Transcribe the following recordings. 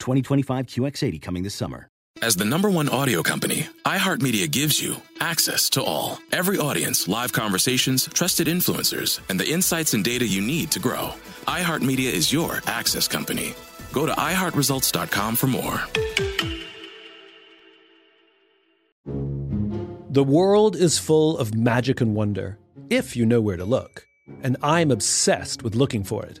2025 QX80 coming this summer. As the number one audio company, iHeartMedia gives you access to all. Every audience, live conversations, trusted influencers, and the insights and data you need to grow. iHeartMedia is your access company. Go to iHeartResults.com for more. The world is full of magic and wonder, if you know where to look. And I'm obsessed with looking for it.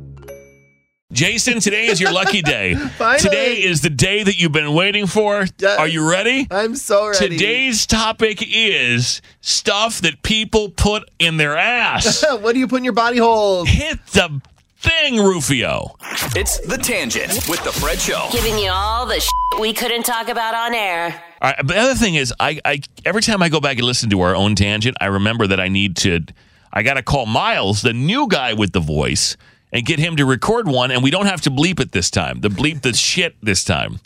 Jason, today is your lucky day. Today is the day that you've been waiting for. Yes. Are you ready? I'm so ready. Today's topic is stuff that people put in their ass. what do you put in your body hole? Hit the thing, Rufio. It's The Tangent with The Fred Show. giving you all the shit we couldn't talk about on air. All right, but the other thing is, I, I every time I go back and listen to our own tangent, I remember that I need to. I got to call Miles, the new guy with the voice, and get him to record one, and we don't have to bleep it this time. The bleep the shit this time.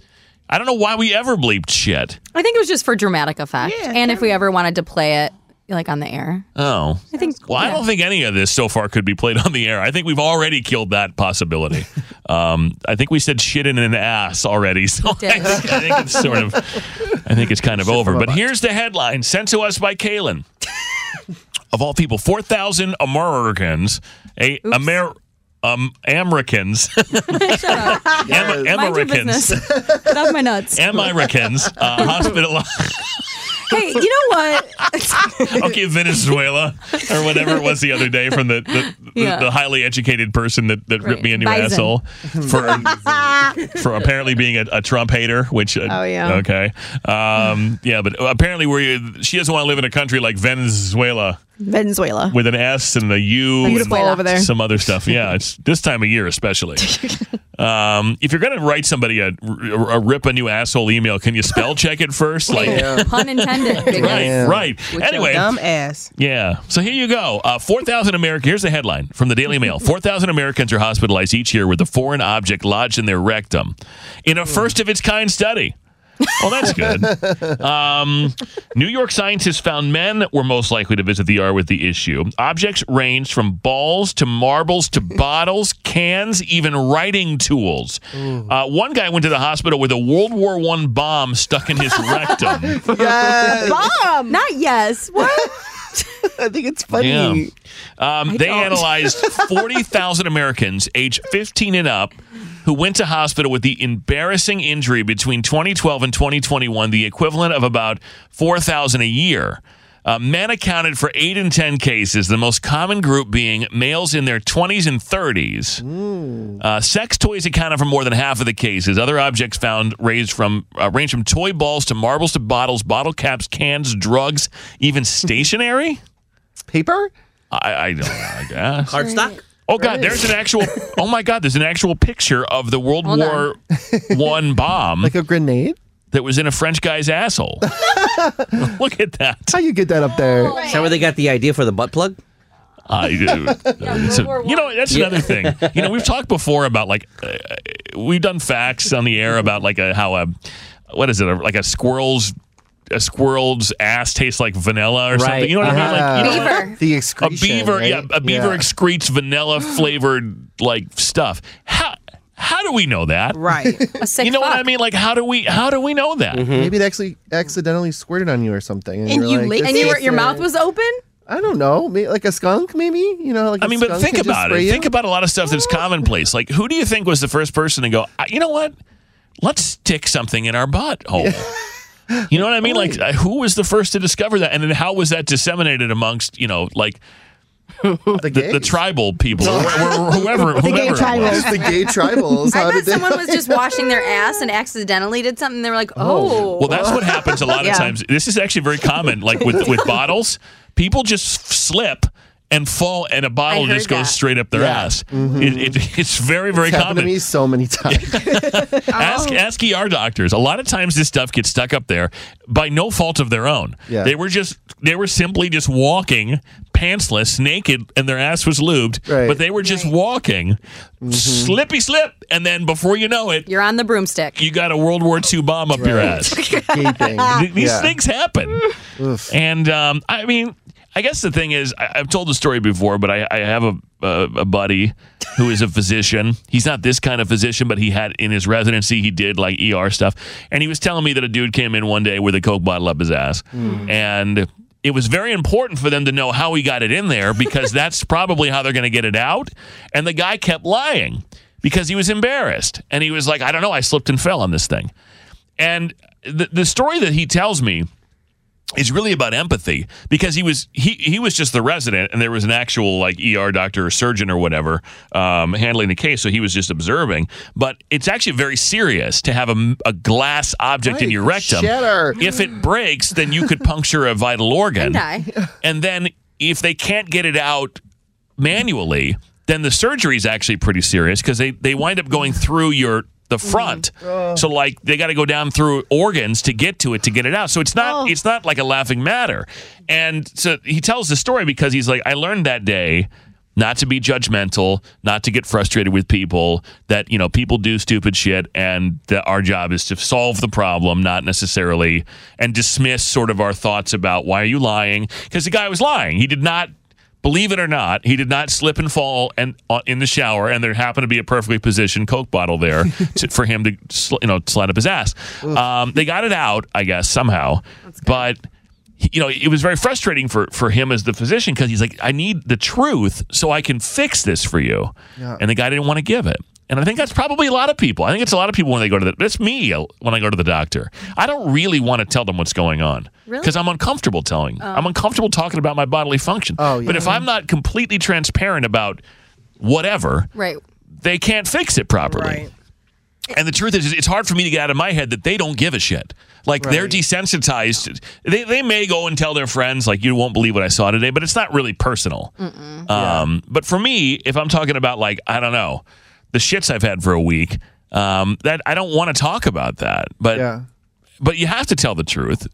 I don't know why we ever bleeped shit. I think it was just for dramatic effect. and if we ever wanted to play it like on the air. Oh. I think Well, I don't think any of this so far could be played on the air. I think we've already killed that possibility. um, I think we said shit in an ass already, so I did. think, I think it's sort of, I think it's kind of over. But here's the headline sent to us by Kalen. of all people, four thousand Americans, a Amer, um, Americans, Am- Mind your Americans, business. Get off my nuts. Americans, uh, hospitalized. hey, you know what? okay, Venezuela or whatever it was the other day from the the, the- Yeah. the highly educated person that, that ripped Right. me a new Bison. asshole for for apparently being a, a Trump hater. Which uh, Oh, yeah. okay, um, yeah, but apparently we she doesn't want to live in a country like Venezuela Venezuela. with an S and a U. Beautiful and over there. Some other stuff. Yeah, it's this time of year especially. um, if you're gonna write somebody a, a rip a new asshole email, can you spell check it first? Like. Pun intended. big Oh, Right, guy. right. anyway, Dumb ass. yeah. So here you go. Uh, 4,000 Americans. Here's the headline from the Daily Mail 4,000 Americans are hospitalized each year with a foreign object lodged in their rectum in Hmm. a first of its kind study. Well, that's good. Um, New York scientists found men were most likely to visit the ER with the issue. Objects ranged from balls to marbles to bottles, cans, even writing tools. Uh, one guy went to the hospital with a World War One bomb stuck in his rectum. Yes. Bomb. Not yes. What? I think it's funny. Yeah. Um, they analyzed 40,000 Americans age 15 and up who went to hospital with the embarrassing injury between 2012 and 2021, the equivalent of about 4,000 a year. Uh, men accounted for 8 in 10 cases, the most common group being males in their 20s and 30s. Uh, sex toys accounted for more than half of the cases. Other objects found ranged from uh, range from toy balls to marbles to bottles, bottle caps, cans, drugs, even stationery. Paper? I, I don't know, I guess. Hardstock? Oh God, there's an actual. Oh my God, there's an actual picture of the World Hold War One bomb Like a grenade? that was in a French guy's asshole. Look at that. How you get that up there? Is that where they got the idea for the butt plug? I, it's a- you know, that's another thing. You know, we've talked before about like uh, we've done facts on the air about like a, how a what is it a, like a squirrel's a squirrel's ass tastes like vanilla or something. Right, You know what I mean? Like, you know, Beaver. The a excretion. beaver, right? yeah, a beaver excretes vanilla flavored like stuff. How how do we know that? Right. A sick you know what I fuck. mean? Like, how do we how do we know that? Maybe it actually accidentally squirted on you or something. And, And you're you like, licked this And you were, is your a- mouth was open? I don't know. Maybe, like a skunk, maybe? You know, like I a mean, but skunk think can just about spray it. you? Think about a lot of stuff that's commonplace. Like, who do you think was the first person to go? "I- You know what? Let's stick something in our butthole. You know what I mean? Like, uh, who was the first to discover that, and then how was that disseminated amongst you know, like The The, gays. the tribal people, or wh- wh- whoever, whoever. gay it was. tribals. Just the gay tribals. I How bet did they? someone was just washing their ass and accidentally did something. They were like, oh. Well, that's what happens a lot of Yeah. times. This is actually very common. Like with with bottles, people just f- slip and fall, and a bottle I heard just goes that. straight up their ass. It, it, it's very very Mm-hmm. It's happened to common. me so many times. Ask Oh. ask ER doctors. A lot of times this stuff gets stuck up there by no fault of their own. Yeah. They were just they were simply just walking pantsless, naked, and their ass was lubed. Right. Mm-hmm. But they were just walking, slippy slip, and then before you know it, You're on the broomstick. you got a World War II bomb up your ass. Gaping. Th- these Yeah. things happen. Oof. And um, I mean, I guess the thing is, I, I've told the story before, but I, I have a, a a buddy who is a physician. He's not this kind of physician, but he had in his residency, he did like ER stuff, and he was telling me that a dude came in one day with a coke bottle up his ass, Hmm. and. It was very important for them to know how he got it in there because that's probably how they're going to get it out. And the guy kept lying because he was embarrassed. And he was like, I don't know, I slipped and fell on this thing. And the, the story that he tells me is really about empathy because he was he he was just the resident and there was an actual like ER doctor or surgeon or whatever um, handling the case so he was just observing but it's actually very serious to have a, a glass object in Right, your rectum shatter. if it breaks then you could puncture a vital organ Die. and then if they can't get it out manually, then the surgery is actually pretty serious because they, they wind up going through your the front. So like they got to go down through organs to get to it to get it out. So it's not it's not like a laughing matter. And so he tells the story because he's like, I learned that day not to be judgmental, not to get frustrated with people, that, you know, people do stupid shit and that our job is to solve the problem, not necessarily and dismiss sort of our thoughts about why are you lying? Because the guy was lying. He did not believe it or not, he did not slip and fall and uh, in the shower, and there happened to be a perfectly positioned Coke bottle there to, for him to sl- you know slide up his ass. Um, they got it out, I guess somehow, but. he- You know, it was very frustrating for, for him as the physician because he's like, I need the truth so I can fix this for you. And the guy didn't want to give it. And I think that's probably a lot of people. I think it's a lot of people when they go to the, that's me uh, when I go to the doctor. I don't really want to tell them what's going on Really? because I'm uncomfortable telling. I'm uncomfortable talking about my bodily function. Oh, yeah. But if I'm not completely transparent about whatever, Right. they can't fix it properly. Right. And the truth is, it's hard for me to get out of my head that they don't give a shit. Like they're desensitized. They, they may go and tell their friends, like, you won't believe what I saw today, but it's not really personal. Um, But for me, if I'm talking about, like, I don't know, the shits I've had for a week, um, that I don't want to talk about that. But Yeah. but you have to tell the truth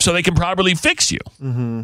so they can properly fix you.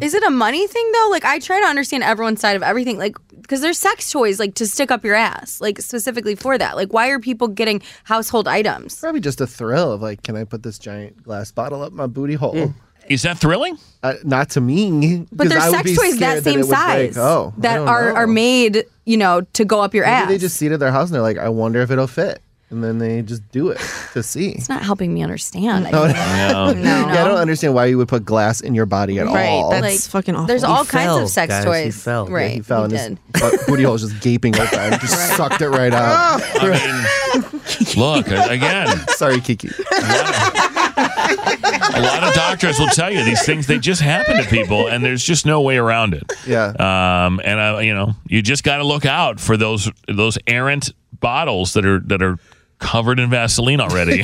Is it a money thing though? Like I try to understand everyone's side of everything. Like because there's sex toys like to stick up your ass, like specifically for that. Like why are people getting household items? Probably just a thrill of like, can I put this giant glass bottle up my booty hole? Mm. Is that thrilling? Uh, not to me. But 'cause there's I would sex be toys that scared same it would break. size Oh, I that don't are know. are made, you know, to go up your Maybe ass. they just see it at their house and they're like, I wonder if it'll fit. And then they just do it to see. it's not helping me understand. I think. No. Yeah, I don't understand why you would put glass in your body at Right, all. that's fucking awful. There's He all kinds fell, of sex guys, he toys. fell. Yeah, Right. he fell and his did. butt- booty hole was just gaping open and just sucked it right out. I mean, look, again, Sorry, Kiki. a lot of doctors will tell you these things, they just happen to people, and there's just no way around it. Yeah. Um, and, uh, you know, you just got to look out for those those errant bottles that are that are covered in Vaseline already,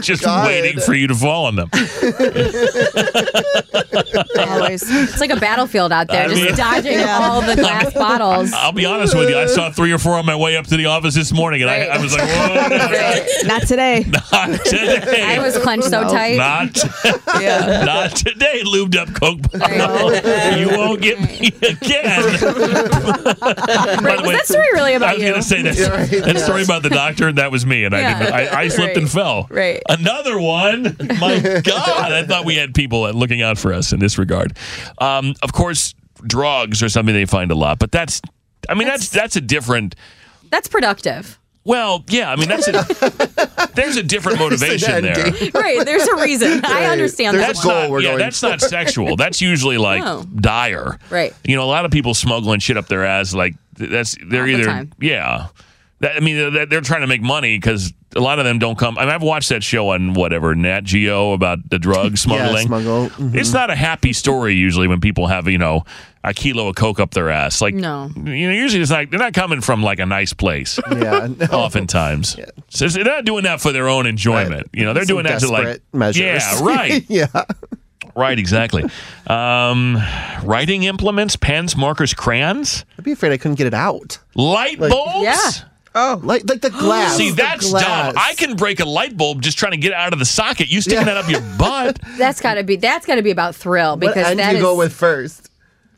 just God. waiting for you to fall on them. Always. It's like a battlefield out there, I just mean- dodging Yeah. all the glass bottles. I'll be honest with you, I saw three or four on my way up to the office this morning, and I, I was like, whoa, Not today. not today. I was clenched so tight. not, not today, lubed up Coke bottle. you won't get me again. Right, the was way- that story really I about was you? going to say that, that story about the doctor, and that was me, and Yeah. I, didn't, I, I slipped and Right. fell. Right. Another one. My God, I thought we had people looking out for us in this regard. Um, of course, drugs are something they find a lot, but that's, I mean, that's that's a different. That's productive. Well, yeah, I mean, that's a, there's a different motivation there. Right. There's a reason. I understand There's that. a That's goal not, we're yeah, going that's not sexual. That's usually like No. Oh. dire. Right. You know, a lot of people smuggling shit up their ass. Like th- that's they're All the either time. yeah. That, I mean, they're- they're trying to make money because a lot of them don't come. I mean, I've watched that show on whatever Nat Geo about the drug Yeah, smuggling. smuggle. Mhm. It's not a happy story usually when people have you know a kilo of coke up their ass. Like No. you know, usually it's like they're not coming from like a nice place. Yeah, Oftentimes, so they're not doing that for their own enjoyment. You know, they're Some doing that to like desperate measures. Yeah, right. yeah. Right, exactly. Um, writing implements, pens, markers, crayons. I'd be afraid I couldn't get it out. Light Like- bulbs? Yeah. Oh, like like the glass. See, the that's glass. dumb. I can break a light bulb just trying to get it out of the socket. You sticking that up your butt. That's gotta be that's gotta be about thrill because what that is end do you go with first?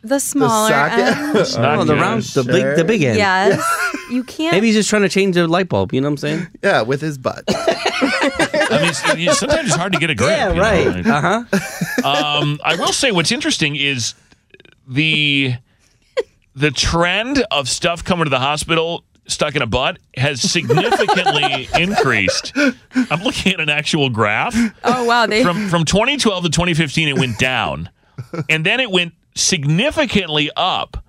the smaller um, end. the socket. not No, Oh, the good. round, the big, the big end. Yes. you can't Maybe he's just trying to change the light bulb. You know what I'm saying? yeah, with his butt. I mean, it's- it's- sometimes it's hard to get a grip. Yeah, you know, right. like- Uh huh. um, I will say what's interesting is the the trend of stuff coming to the hospital stuck in a butt has significantly increased. I'm looking at an actual graph Oh wow, they from from 2012 to 2015. It went down, and then it went significantly up,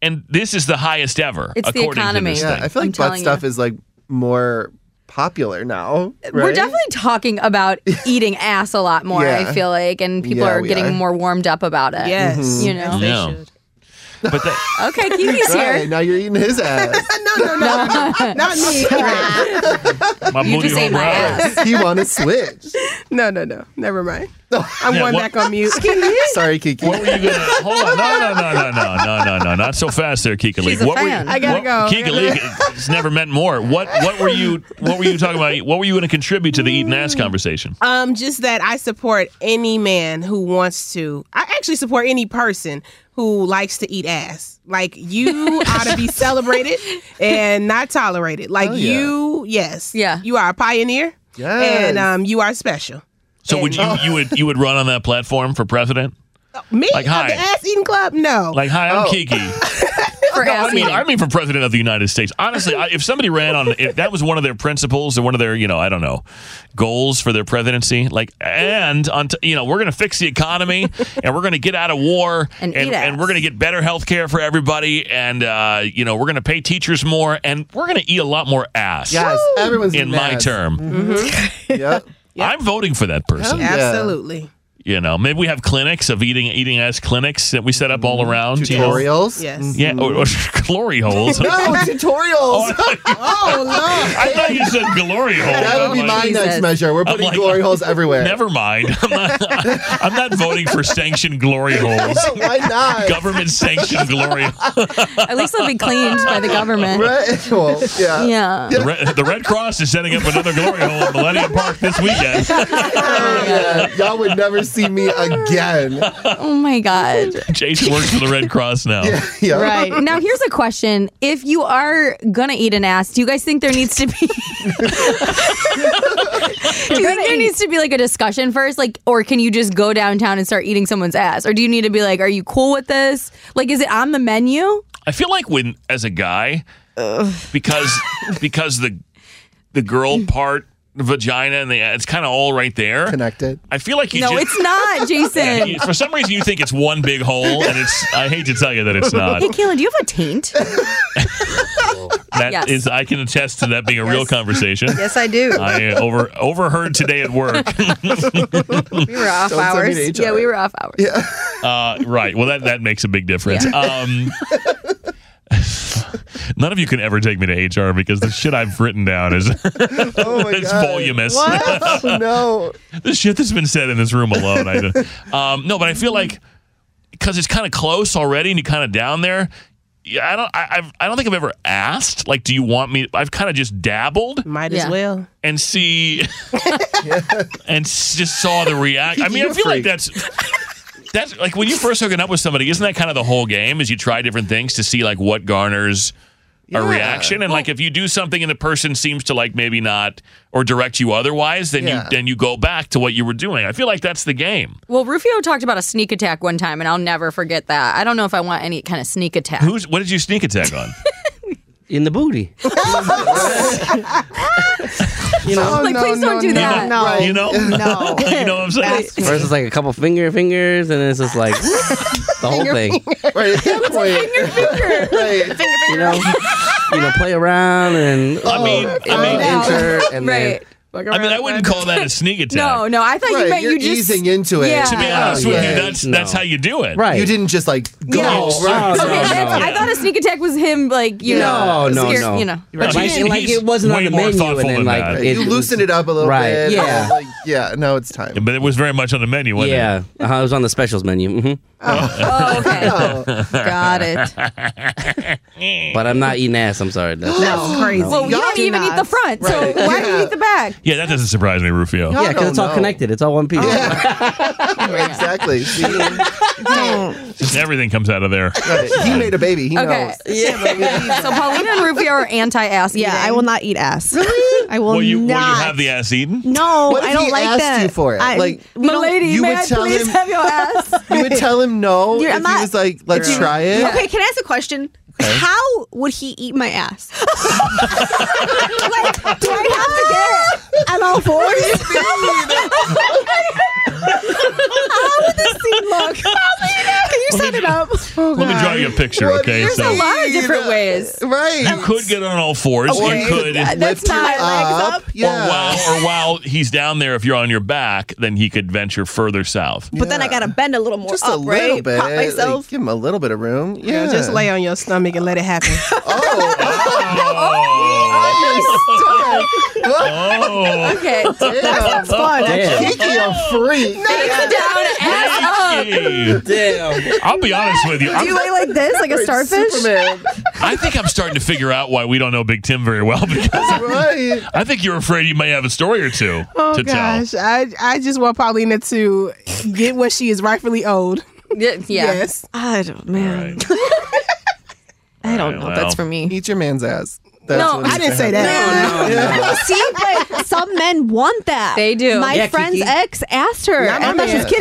and this is the highest ever. It's the according economy. To this Yeah, thing. I feel I'm like butt telling stuff you. is like more popular now. We're right? definitely talking about eating ass a lot more, I Yeah. feel like, and people Yeah, are we getting are. Mm-hmm. more warmed up about it. Yes. You know? They Yeah. should. But that, Okay, Kiki's Right, here. now you're eating his ass. No, no, no, no, not me. my You booty just ate hole my brother. ass. he want to switch. No, no, no. Never mind. I'm Yeah, going what- back on mute. Sorry, Kiki. What were you gonna? Hold on! No, no, no, no, no, no, no, no! Not so fast, there, Kika Lee. She's a what fan. were? I gotta what, go. I Kika gotta Lee, it's never meant more. What? What were you? What were you talking about? What were you going to contribute to the eating ass conversation? Um, just that I support any man who wants to. I actually support any person who likes to eat ass. Like you ought to be celebrated and not tolerated. Like Oh, yeah. you, yes, Yeah. you are a pioneer. Yes. and um, you are special. So would you? You would? You would run on that platform for president? Me, Like, Of hi. the ass eating club? No, Like, hi, Oh. I'm Kiki. For ass I mean, eating. I mean, for president of the United States. Honestly, I, if somebody ran on, if that was one of their principles or one of their, you know, I don't know, goals for their presidency, like, and on, t- you know, we're going to fix the economy and we're going to get out of war And and, eat ass. we're going to get better health care for everybody and, uh, you know, we're going to pay teachers more and we're going to eat a lot more ass. Yes, everyone's In eating my ass. term, Yep. I'm voting for that person. Yeah. absolutely. You know, maybe we have clinics of eating eating ass clinics that we set up all around. you know? Tutorials. Yes. Mm. yeah, or, or glory holes. No tutorials. Oh, Oh I thought you said glory hole. that would be I'm my like, Jesus. next measure. We're putting like- glory holes everywhere. Never mind. I'm not, I'm not voting for sanctioned glory holes. Why not? Government sanctioned glory. holes. At least they'll be cleaned by the government. Right? Well, yeah. Yeah. The Red, the Red Cross is setting up another glory hole in Millennium Park this weekend. Oh, yeah. Y'all would never see me again. Oh my God. Jason works for the Red Cross now. Yeah. Right. Now, here's a question. If you are going to eat an ass, do you guys think there needs to be. do you think there needs to be like a discussion first? Like, or can you just go downtown and start eating someone's ass? Or do you need to be like, are you cool with this? Like, is it on the menu? I feel like when as a guy, because because the the girl part, the vagina, and the it's kind of all right there. Connected. I feel like you No, just. it's not, Yeah, Jason. you- for some reason, you think it's one big hole, and it's. I hate to tell you that it's not. Hey, Kaylin, do you have a taint? That is, Yes. I can attest to that being a real conversation. Yes, I do. I uh, over overheard today at work. We were off Don't send me hours. to HR. yeah, we were off hours. Uh, right. Well, that that makes a big difference. Um, none of you can ever take me to HR because the shit I've written down is Oh my it's God. voluminous. What? no. the shit that's been said in this room alone. I don't- um, no, but I feel like because it's kind of close already, and you are kind of down there. Yeah, I don't. I, I've, I don't think I've ever asked. Like, do you want me? I've kind of just dabbled might Yeah. as well. and see, and s- just saw the react. I mean, I You're feel like freak. that's. That's like when you're first hooking up with somebody, isn't that kind of the whole game? Is you try different things to see like what garners a reaction, and like if you do something and the person seems to like maybe not or direct you otherwise, then Yeah. you then you go back to what you were doing. I feel like that's the game. Well, Rufio talked about a sneak attack one time, and I'll never forget that. I don't know if I want any kind of sneak attack. Who's what did you sneak attack on? In the booty. you Oh, know. Like, please don't do that. No, Right. you know, no. you know what I'm saying? That's- First it's like a couple finger fingers, and then it's just like the whole thing. Right. At that point. Right. You know, you know, play around and I mean, I mean, enter, and Right. then I mean, I wouldn't call that a sneak attack. No, no, I thought you Right, meant you're you just easing into it. To be Yeah. honest with you, Yeah. that's that's how you do it. You didn't just like go. No, Oh, off. right. Okay, that's- I thought a sneak attack was him, like you know, scared- you know. Right. Like, He's- like, it he's wasn't on way the more menu, thoughtful and then, than like, that. it you was- loosened it up a little Right, bit. yeah. Like, yeah. Now it's time. But it was very much on the menu, wasn't it? yeah, uh, it was on the specials menu. hmm Oh, okay. Got it. But I'm not eating ass. I'm sorry. That's- That's crazy. Well, you don't even eat the front, so why do you eat the back? Yeah, that doesn't surprise me, Rufio. yeah, because it's all connected. It's all one piece. exactly. See, Everything comes out of there. he made a baby. He Okay. knows. Yeah. so Paulina and Rufio are anti-ass. Yeah, I will not eat ass. I will Will you will you not. have the ass eaten? no, What if I don't he like asked that. you for it? I- Like, we don't- Lady, You may would I tell please him- have your ass? You would tell him no Dude, if I'm not- he was like, "Let's Dude, try it." Okay, can I ask a question? How would he eat my ass? like, do I have to get on all fours? How would this scene look? Can you set it up? Let me draw you a picture, okay? There's a lot of different ways. you Right. could get on all fours. Okay. You could. That's Lift your not legs up. Yeah. Or while or while he's down there, if you're on your back, then he could venture further south. But then I gotta bend a little more Just up, a little right? bit. Pop like, myself. give him a little bit of room. Yeah. Girl, just lay on your stomach and let it happen. Oh, your stomach. What? Oh, Okay. Damn. Fun. Kiki, a freak. Down, ass up. Hey. Damn. oh, I'll be honest with you. Do you I'm, lay like this, like a starfish? Superman. I think I'm starting to figure out why we don't know Big Tim very well because right. I think you're afraid you may have a story or two to Oh gosh, I I just want Paulina to get what she is rightfully owed. Yeah. yeah. Yes, I don't, tell. man. Right. I don't know. Well. That's for me. Eat your man's ass. That's No, what I he I didn't said. say that. Well, see, but some men want that. They do. My Yeah, friend's Kiki. ex asked her. Not my I thought she was man.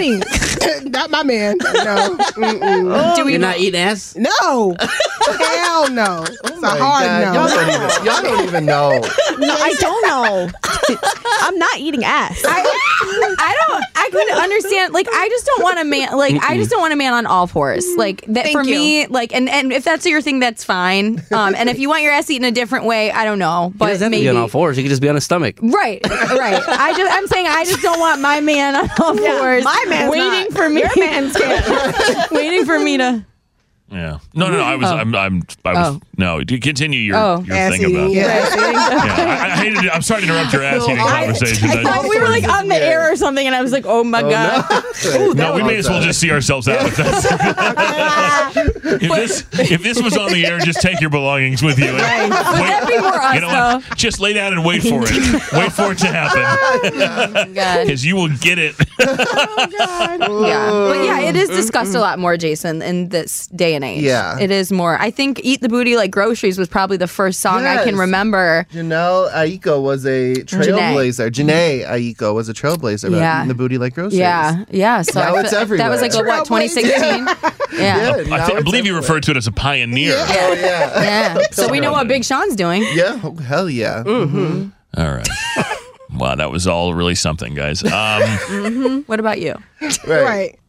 kidding. Not my man. No, Mm-mm. Do we You're not eating ass. no, hell no. It's Oh a my hard God, no. Y'all don't, even, y'all don't even know. No, I don't know. I'm not eating ass. I, I don't. I could understand. Like, I just don't want a man. Like, I just don't want a man on all fours. Like that Thank for you. me. Like, and and if that's your thing, that's fine. Um, and if you want your ass eaten a different way, I don't know. He But doesn't have to maybe. be on all fours. He could just be on his stomach. Right, right. I just, I'm saying, I just don't want my man on all Yeah, fours. my man's waiting not. for me. Your man's waiting for me to. Yeah. No, no, no. I was. I'm. I'm. I was. Oh. No. do- Continue your Oh. your Ass thing about. eating. Yeah. Yeah. I, I hated it. I'm sorry to interrupt your ass eating conversation. I thought we were like "Ah, on the air or something, and I was like, oh my god. no, we may as well just see ourselves out. If, that's, if this if this was on the air, just take your belongings with you. And wait, Would that be more us you know what? Just lay down and wait for it. wait for it to happen, though? God. because you will get it. Oh Yeah, but yeah, it is discussed a lot more, Jason, in this day and age. Yeah. it is more. I think "Eat the Booty Like Groceries" was probably the first song I can Yes. remember. Janelle Aiko was a trailblazer. Janae Aiko was a trailblazer about Yeah. eating the booty like groceries. Yeah, yeah. So Now I it's feel- That was like a, everywhere. what 2016. Yeah, Yeah, now I, thi- I it's believe you everywhere. referred to it as a pioneer. Oh, yeah. yeah. So we know what Big Sean's doing. Yeah. Oh, hell yeah. All right. Wow, that was all really something, guys. Um, What about you? Right. Right.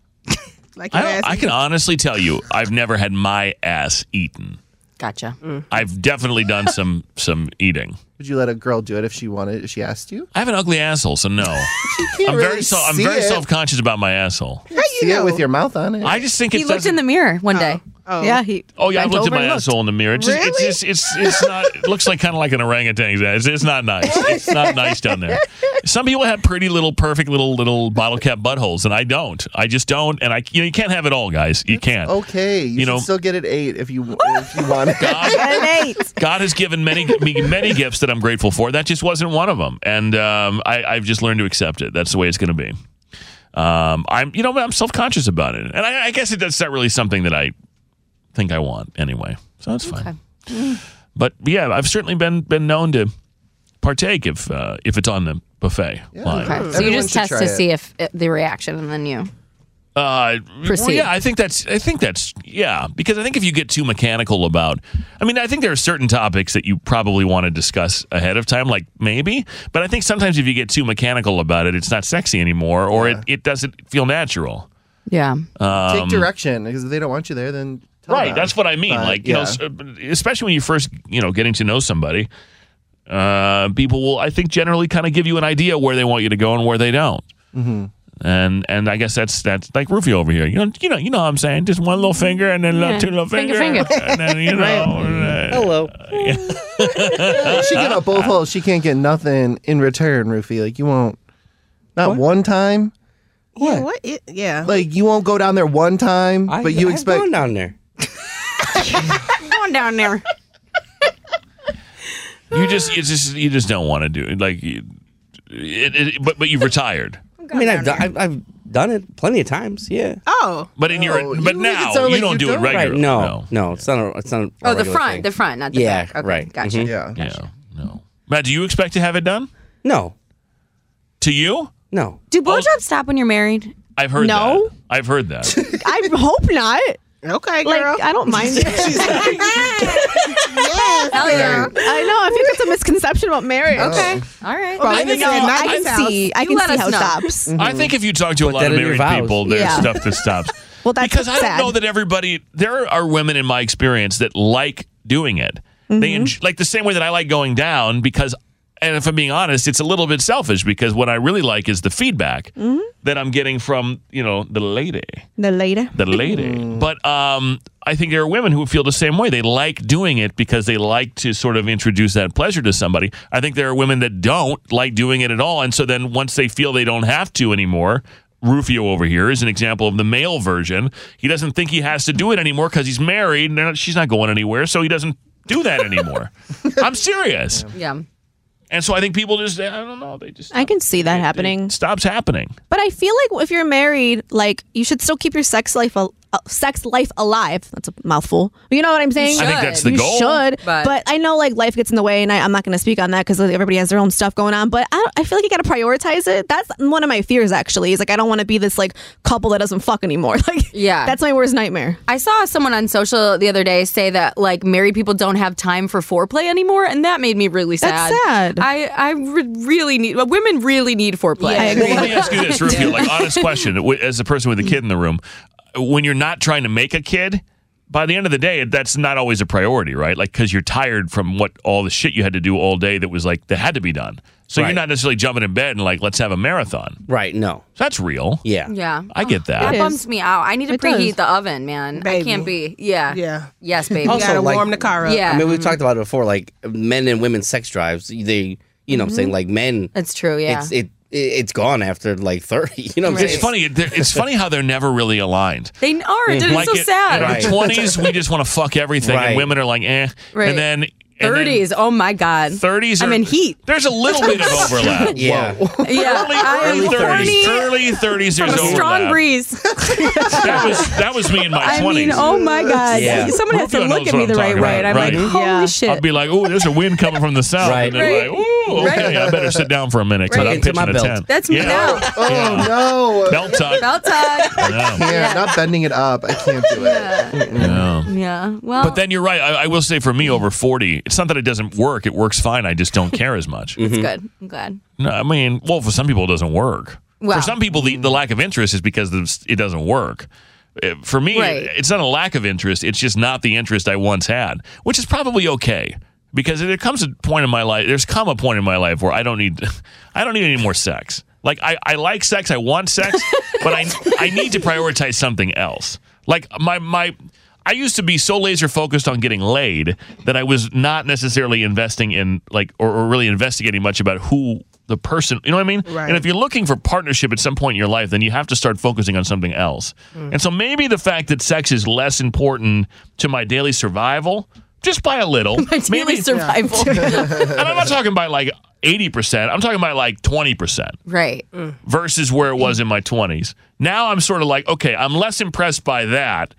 Like I, your don't, ass. I can honestly tell you, I've never had my ass eaten. Gotcha. I've definitely done some some eating. Would you let a girl do it if she wanted? If she asked you? I have an ugly asshole, so no. I'm very really so, I'm see very it. self conscious about my asshole. How you See know? it with your mouth on it. I just think He it's looked in the mirror one day. oh. yeah, he. Oh yeah, I bent looked at my over and looked. asshole in the mirror. It's just, Really? it's, it's, it's, it's not. It looks like kind of like an orangutan's ass. It's, it's not nice. It's not nice down there. Some people have pretty little, perfect little little bottle cap buttholes, and I don't. I just don't. And I, you know, you can't have it all, guys. You can't. okay. You, You know- should still get it eight if you if you want it. God, An eight. God has given many me many gifts that I'm grateful for. That just wasn't one of them, and um, I, I've just learned to accept it. That's the way it's going to be. Um, I'm, you know, I'm self conscious about it, and I, I guess it, that's not really something that I think I want anyway. So that's fine. But yeah, I've certainly been been known to partake if uh, if it's on the buffet line. Okay. So you Everyone just should test try to it. see if it, the reaction, and then you. Uh, well, Proceed. yeah, I think that's. I think that's. Yeah, because I think if you get too mechanical about, I mean, I think there are certain topics that you probably want to discuss ahead of time, like maybe. But I think sometimes if you get too mechanical about it, it's not sexy anymore, or it, it doesn't feel natural. Yeah. Take direction because if they don't want you there, then tell um, Right. them. Uh, That's what I mean. But, like you know, yeah. s- especially when you first you know getting to know somebody. uh, people will, I think, generally kind of give you an idea where they want you to go and where they don't. Mm-hmm. And and I guess that's that's like Rufio over here. You know, you know, you know what I'm saying. Just one little finger and then Yeah. little, two little Finger, fingers. finger. And then you Hello. know. uh, she get up both holes. She can't get nothing in return, Rufy. Like you won't, not one time. Yeah, what? It, yeah. Like you won't go down there one time, but you I've expect gone down there. going down there. Oh, You just you just you just don't want to do it. Like, you, it, it, but but you've retired. I mean, I've, done, I've I've done it plenty of times. Yeah. Oh. But in your but make it now sound you like don't you do don't. it regularly. Right, no, no, it's not. A, it's not. A Oh, the regular front, thing. the front, not the yeah, back. Okay, right. Gotcha. Mhm. Yeah. Yeah. No. Matt, do you expect to have it done? No. To you? No. Do blowjobs stop when you're married? I've heard No. that. I've heard that. I hope not. Okay, Like, girl. I don't mind it. Hell yeah. I know. I think it's a misconception about marriage. Okay. All right. Well, I, think can I'll- I I- can see. I You can let see us how it know. stops. I think if you talk to a lot of that in your married vows. people, there's Yeah. stuff that stops. Well, that's because I sad. don't know that everybody. There are women in my experience that like doing it. They enj- like the same way that I like going down because, and if I'm being honest, it's a little bit selfish because what I really like is the feedback that I'm getting from you know the lady, The later. the lady. But um, I think there are women who feel the same way. They like doing it because they like to sort of introduce that pleasure to somebody. I think there are women that don't like doing it at all, and so then once they feel they don't have to anymore. Rufio over here is an example of the male version. He doesn't think he has to do it anymore because he's married. and they're not- She's not going anywhere, so he doesn't do that anymore. I'm serious. Yeah. And so I think people just, I don't know, they just I can see that happening. stops happening. But I feel like if you're married, like you should still keep your sex life al- uh, sex life alive. That's a mouthful. But you know what I'm saying? I think that's the you goal. should, But- but, I know like life gets in the way, and I, I'm not going to speak on that because like, everybody has their own stuff going on. But I, don't- I feel like you got to prioritize it. That's one of my fears actually. Is like I don't want to be this like couple that doesn't fuck anymore. Like Yeah. that's my worst nightmare. I saw someone on social the other day say that like married people don't have time for foreplay anymore, and that made me really sad. That's sad. I I re- really need well, women really need foreplay. Yeah. I agree. Well, let me ask you this, Rufio, like honest question, w- as a person with a kid in the room, when you're not trying to make a kid, by the end of the day, that's not always a priority, right? Like, because you're tired from what all the shit you had to do all day that was like, that had to be done. So you're Right. not necessarily jumping in bed and like, let's have a marathon. Right. No. So that's real. Yeah. Yeah. I get That that. It is. bums me out. I need to It preheat does. the oven, man. I Baby. can't be. Yeah. Yeah. Yes, baby. You Also, gotta like- warm the car up. Mm-hmm. Yeah. I mean, we've talked about it before. Like men and women's sex drives, they, you know, what I'm Mm-hmm. saying like men, That's true. Yeah. it's it, it it's gone after like thirty. You know, what I'm Right. saying? It's funny. it- It's funny how they're never really aligned. they are. Dude, Mm. it's like so it- sad. In our Right. twenties, we just want to fuck everything, Right. and women are like, eh. Right. And then and then Thirties. Oh my God. 30s. Are, I'm in heat. There's a little bit of overlap. Yeah. Yeah. I'm Early, early 30s. horny Early 30s. from There's a strong overlap. breeze. That was that was me in my I 20s. mean, oh my god, Yeah. someone has to Rufio look knows at what me I'm the right talking way. about, and I'm right. like, Mhm. holy Yeah. shit. I'd be like, oh, there's a wind coming from the south. Right. And they're like, ooh, okay, I better sit down for a minute because Right. I'm Into pitching my a belt. tent. That's me now. Oh Yeah. no! Belt tuck. Belt tug. Yeah. Yeah, not bending it up. I can't do it. Yeah. Yeah. Well. But then you're right. I, I will say for me, over 40, it's not that it doesn't work. It works fine. I just don't care as much. it's good. I'm glad. No, I mean, well, for some people, it doesn't work. Wow. For some people, the, the lack of interest is because the, it doesn't work. Uh, For me, Right. it's not a lack of interest. It's just not the interest I once had, which is probably okay because there comes a point in my life. There's come a point in my life where I don't need, I don't need any more sex. Like I, I like sex. I want sex, but I, I need to prioritize something else. Like my my. I used to be so laser focused on getting laid that I was not necessarily investing in like or, or really investigating much about who the person you know what I mean? Right. And if you're looking for partnership at some point in your life, then you have to start focusing on something else. Mm. And so maybe the fact that sex is less important to my daily survival, just by a little. Daily maybe, survival. and I'm not talking about like 80%. I'm talking about like 20% right. versus where it was in my 20s. Now I'm sort of like, okay, I'm less impressed by that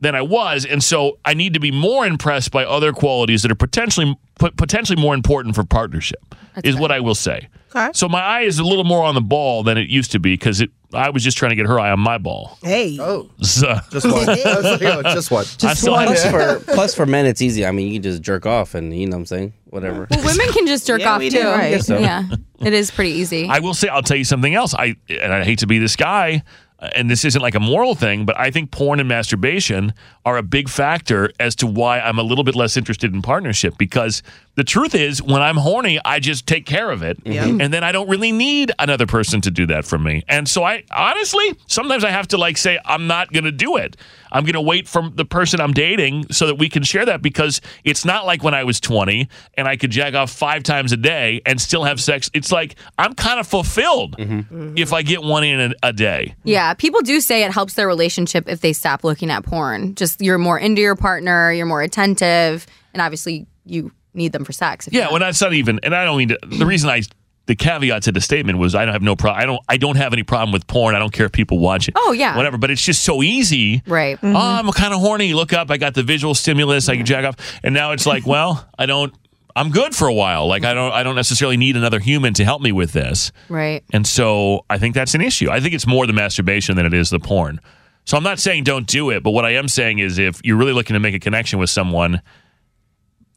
than I was, and so I need to be more impressed by other qualities that are potentially pot- potentially more important for partnership. is what I will say. Okay. So my eye is a little more on the ball than it used to be because it. I was just trying to get her eye on my ball. Hey. Oh, So, just one. I was like, oh, just one. I still had- Plus for plus for men, it's easy. I mean, you can just jerk off and you know what I'm saying whatever. Well, women can just jerk Yeah, off we too. do, right? I guess so. Yeah, it is pretty easy. I will say, I'll tell you something else. I and I hate to be this guy. uh, and this isn't like a moral thing, but I think porn and masturbation are a big factor as to why I'm a little bit less interested in partnership because the truth is when I'm horny, I just take care of it. Yeah. And then I don't really need another person to do that for me. And so I honestly, sometimes I have to like say I'm not going to do it. I'm going to wait for the person I'm dating so that we can share that because it's not like when I was 20 and I could jack off 5 times a day and still have sex. It's like I'm kind of fulfilled Mm-hmm. if I get one in a, a day. Yeah, people do say it helps their relationship if they stop looking at porn. Just you're more into your partner, you're more attentive, and obviously you need them for sex. If Yeah, well, that's not even, and I don't mean to, the reason I, the caveat to the statement was I don't have no problem. I don't, I don't have any problem with porn. I don't care if people watch it. Oh, yeah. whatever. But it's just so easy. Right. Oh, I'm kind of horny. You Look up. I got the visual stimulus. I can jack off. And now it's like, well, I don't. I'm good for a while. Like I don't. I don't necessarily need another human to help me with this. Right. And so I think that's an issue. I think it's more the masturbation than it is the porn. So I'm not saying don't do it, but what I am saying is if you're really looking to make a connection with someone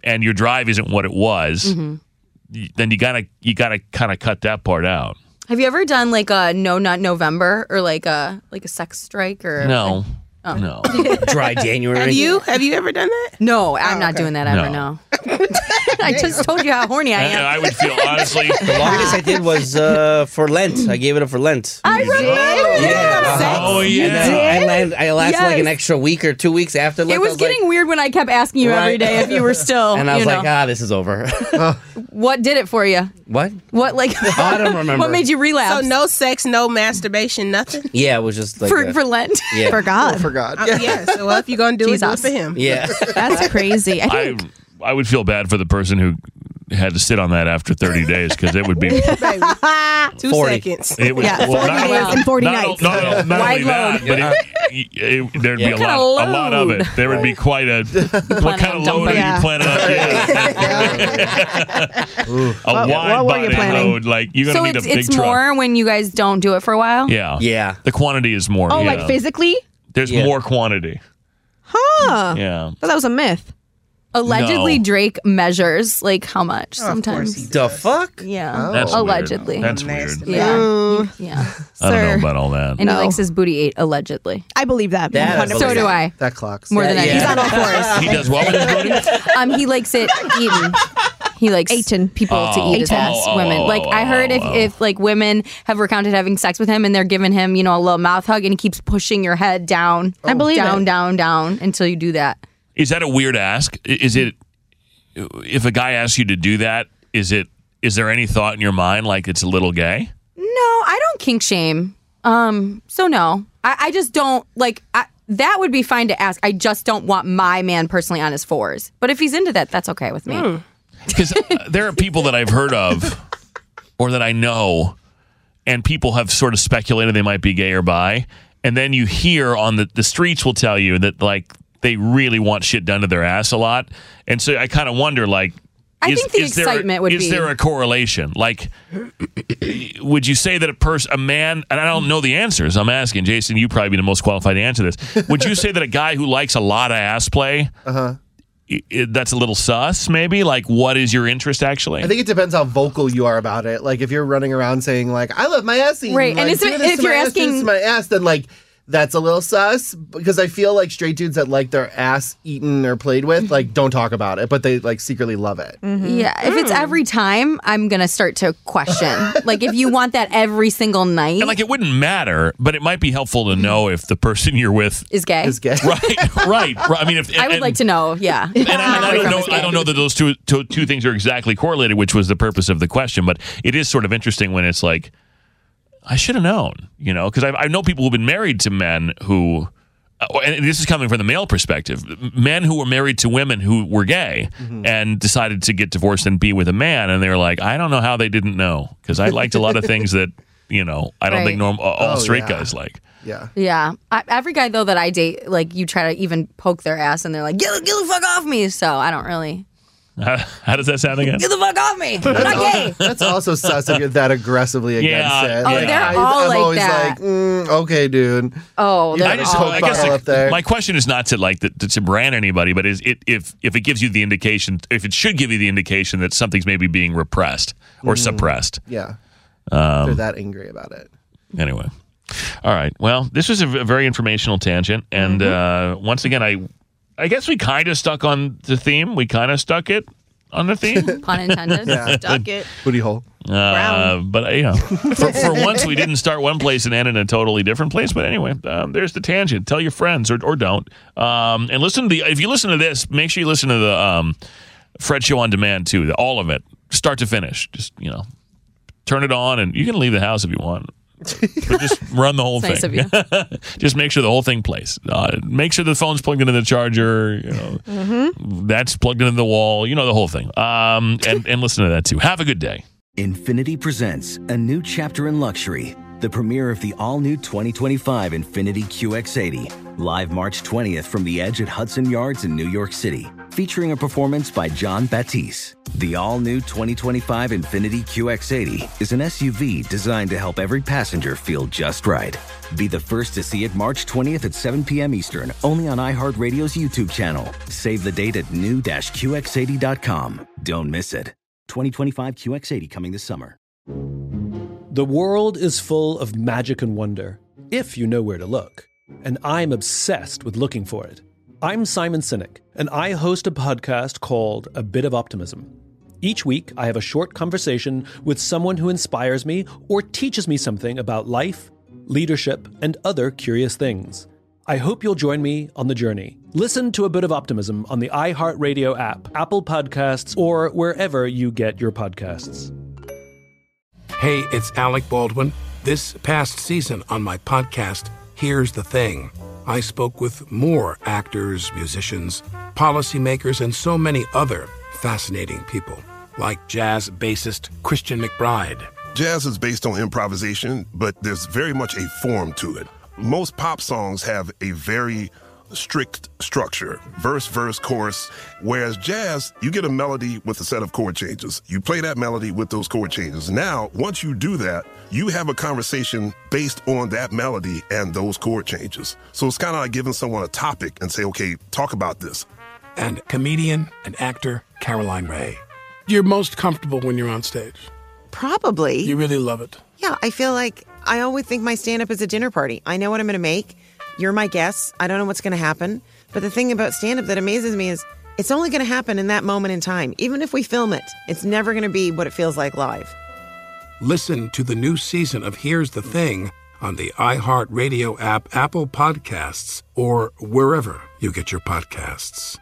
and your drive isn't what it was, Mhm. y- then you gotta you gotta kind of cut that part out. Have you ever done like a no not November or like a like a sex strike or No, Oh. no, dry January. Have you have you ever done that? No, I'm Oh, not doing that ever. No. No, I just told you how horny I am. I would feel honestly. The longest I did was uh, for Lent. I gave it up for Lent. I remember. Yeah. Oh yeah. I, land, I lasted like an Yes. extra week or two weeks after Lent. It I was getting weird when I kept asking you every Right. day if you were still. and I was you know. like, ah, this is over. what did it for you? what? What like? I don't remember. what made you relapse? So no sex, no masturbation, nothing. Yeah, it was just like For- a- for Lent? Yeah. God. For God. yeah. So well, if you're gonna do it, Jesus. do it for him. Yeah. That's crazy. I I think I would feel bad for the person who had to sit on that after 30 days because it would be Baby. Two 40. seconds. It was, yeah, well, not- and 40 not- nights. Not, not, not only Wide that, but it, it, it- there'd Yeah. be a What lot, kinda a lot of load? it. There would be quite a. what kind of load are you planning on? a What- what were wide you body planning? load, like you're gonna so need a it's, big it's truck. more when you guys don't do it for a while. Yeah, yeah. The quantity is more. Oh, yeah. like physically? There's more quantity. Huh. Yeah. Thought that was a myth. Allegedly, No. Drake measures like how much sometimes. The fuck? Yeah, Oh. That's weird. allegedly. That's weird. Yeah, Mm. You- yeah. I don't know Sir. about all that. And he likes his booty eight allegedly. I believe that. That is- So do I. That clocks. More than I. He's on all fours. He does what with his booty? um, he likes it eaten. He likes eaten people to Oh, eat his oh, ass. oh, women. oh, like oh, I heard if, if like women have recounted having sex with him and they're giving him you know a little mouth hug and he keeps pushing your head down. I believe down, down, down until you do that. Is that a weird ask? I- Is it if a guy asks you to do that? Is it? Is there any thought in your mind like it's a little gay? No, I don't kink shame. Um, so no, I, I just don't like. I, that would be fine to ask. I just don't want my man personally on his fours. But if he's into that, that's okay with me. Mm. Because uh, there are people that I've heard of or that I know, and people have sort of speculated they might be gay or bi. And then you hear on the, the streets will tell you that, like, they really want shit done to their ass a lot. And so I kind of wonder, like, I think the there a- excitement would is be- there a correlation? Like, would you say that a person, a man, and I don't know the answers. I'm asking Jason. You probably be the most qualified to answer this. Would you say that a guy who likes a lot of ass play, uh-huh. that's a little sus? Maybe. Like, what is your interest actually? I think it depends how vocal you are about it. Like if you're running around saying like I love my ass eaten," Right, and like, it's- "Do this if to you're my ass, do this asking- to my ass, then like that's a little sus because I feel like straight dudes that like their ass eaten or played with like don't talk about it, but they like secretly love it. Mm-hmm. Yeah, if it's every time, I'm gonna start to question. like if you want that every single night, And like it wouldn't matter, but it might be helpful to know if the person you're with Is gay. Is gay. Right, right. right. I mean, if I would and- like to know. Yeah, And I, and I don't know. I don't know that those two, two two things are exactly correlated, which was the purpose of the question. But it is sort of interesting when it's like, I should have known, you know, because I, I know people who've been married to men who, uh, and this is coming from the male perspective, men who were married to women who were gay Mm-hmm. and decided to get divorced and be with a man, and they were like, I don't know how they didn't know because I liked a lot of things that you know I don't think Right. normal all Oh, straight yeah. guys like. Yeah. Yeah, I, every guy though that I date, like you try to even poke their ass, and they're like, "Get, the- get the fuck off me!" So I don't really How, how does that sound again? get the fuck off me. I'm not gay. That's also sus if you're that aggressively against Yeah, it. Oh, Like, they're I, all I'm like always that. like, mm, okay, dude. Oh, You they're just all hope like I guess Bottle the- up there. my question is not to like to, to brand anybody, but is it if if it gives you the indication, if it should give you the indication that something's maybe being Mm-hmm. repressed or suppressed. Yeah, Um, they're that angry about it. anyway, All right. Well, this was a v- very informational tangent, and Mm-hmm. uh, once again, I, I guess we kind of stuck on the theme. We kind of stuck it on the theme. Pun intended. Stuck it. Booty hole. Uh, but uh, you know, for, for once we didn't start one place and end in a totally different place. But anyway, um, there's the tangent. Tell your friends or, or don't. Um, and listen to the. If you listen to this, make sure you listen to the um, Fred Show on demand too. The, all of it, start to finish. Just you know, turn it on, and you can leave the house if you want. but just run the whole It's nice thing. of just make sure the whole thing plays. Uh, make sure the phone's plugged into the charger. You know, Mm-hmm. that's plugged into the wall. You know the whole thing. Um, and and listen to that too. Have a good day. Infinity presents a new chapter in luxury, the premiere of the all new 2025 Infinity QX80, live March 20th from the edge at Hudson Yards in New York City, featuring a performance by John Batisse. The all new 2025 Infinity QX80 is an SUV designed to help every passenger feel just right. Be the first to see it March 20th at 7 p.m. Eastern, only on iHeartRadio's YouTube channel. Save the date at new-QX80.com. Don't miss it. 2025 QX80 coming this summer. The world is full of magic and wonder, if you know where to look. And I'm obsessed with looking for it. I'm Simon Sinek, and I host a podcast called A Bit of Optimism. Each week, I have a short conversation with someone who inspires me or teaches me something about life, leadership, and other curious things. I hope you'll join me on the journey. Listen to A Bit of Optimism on the iHeartRadio app, Apple Podcasts, or wherever you get your podcasts. Hey, it's Alec Baldwin. This past season on my podcast, Here's the Thing, I spoke with more actors, musicians, policymakers, and so many other fascinating people, like jazz bassist Christian McBride. Jazz is based on improvisation, but there's very much a form to it. Most pop songs have a very strict structure verse, verse, chorus. Whereas jazz, you get a melody with a set of chord changes. You play that melody with those chord changes. Now, once you do that, you have a conversation based on that melody and those chord changes. So it's kind of like giving someone a topic and say, okay, talk about this. and comedian and actor Caroline Ray. You're most comfortable when you're on stage. Probably. You really love it. Yeah, I feel like I always think my stand up is a dinner party. I know what I'm going to make. You're my guest. I don't know what's going to happen. But the thing about stand up that amazes me is it's only going to happen in that moment in time. Even if we film it, it's never going to be what it feels like live. Listen to the new season of Here's the Thing on the iHeartRadio app, Apple Podcasts, or wherever you get your podcasts.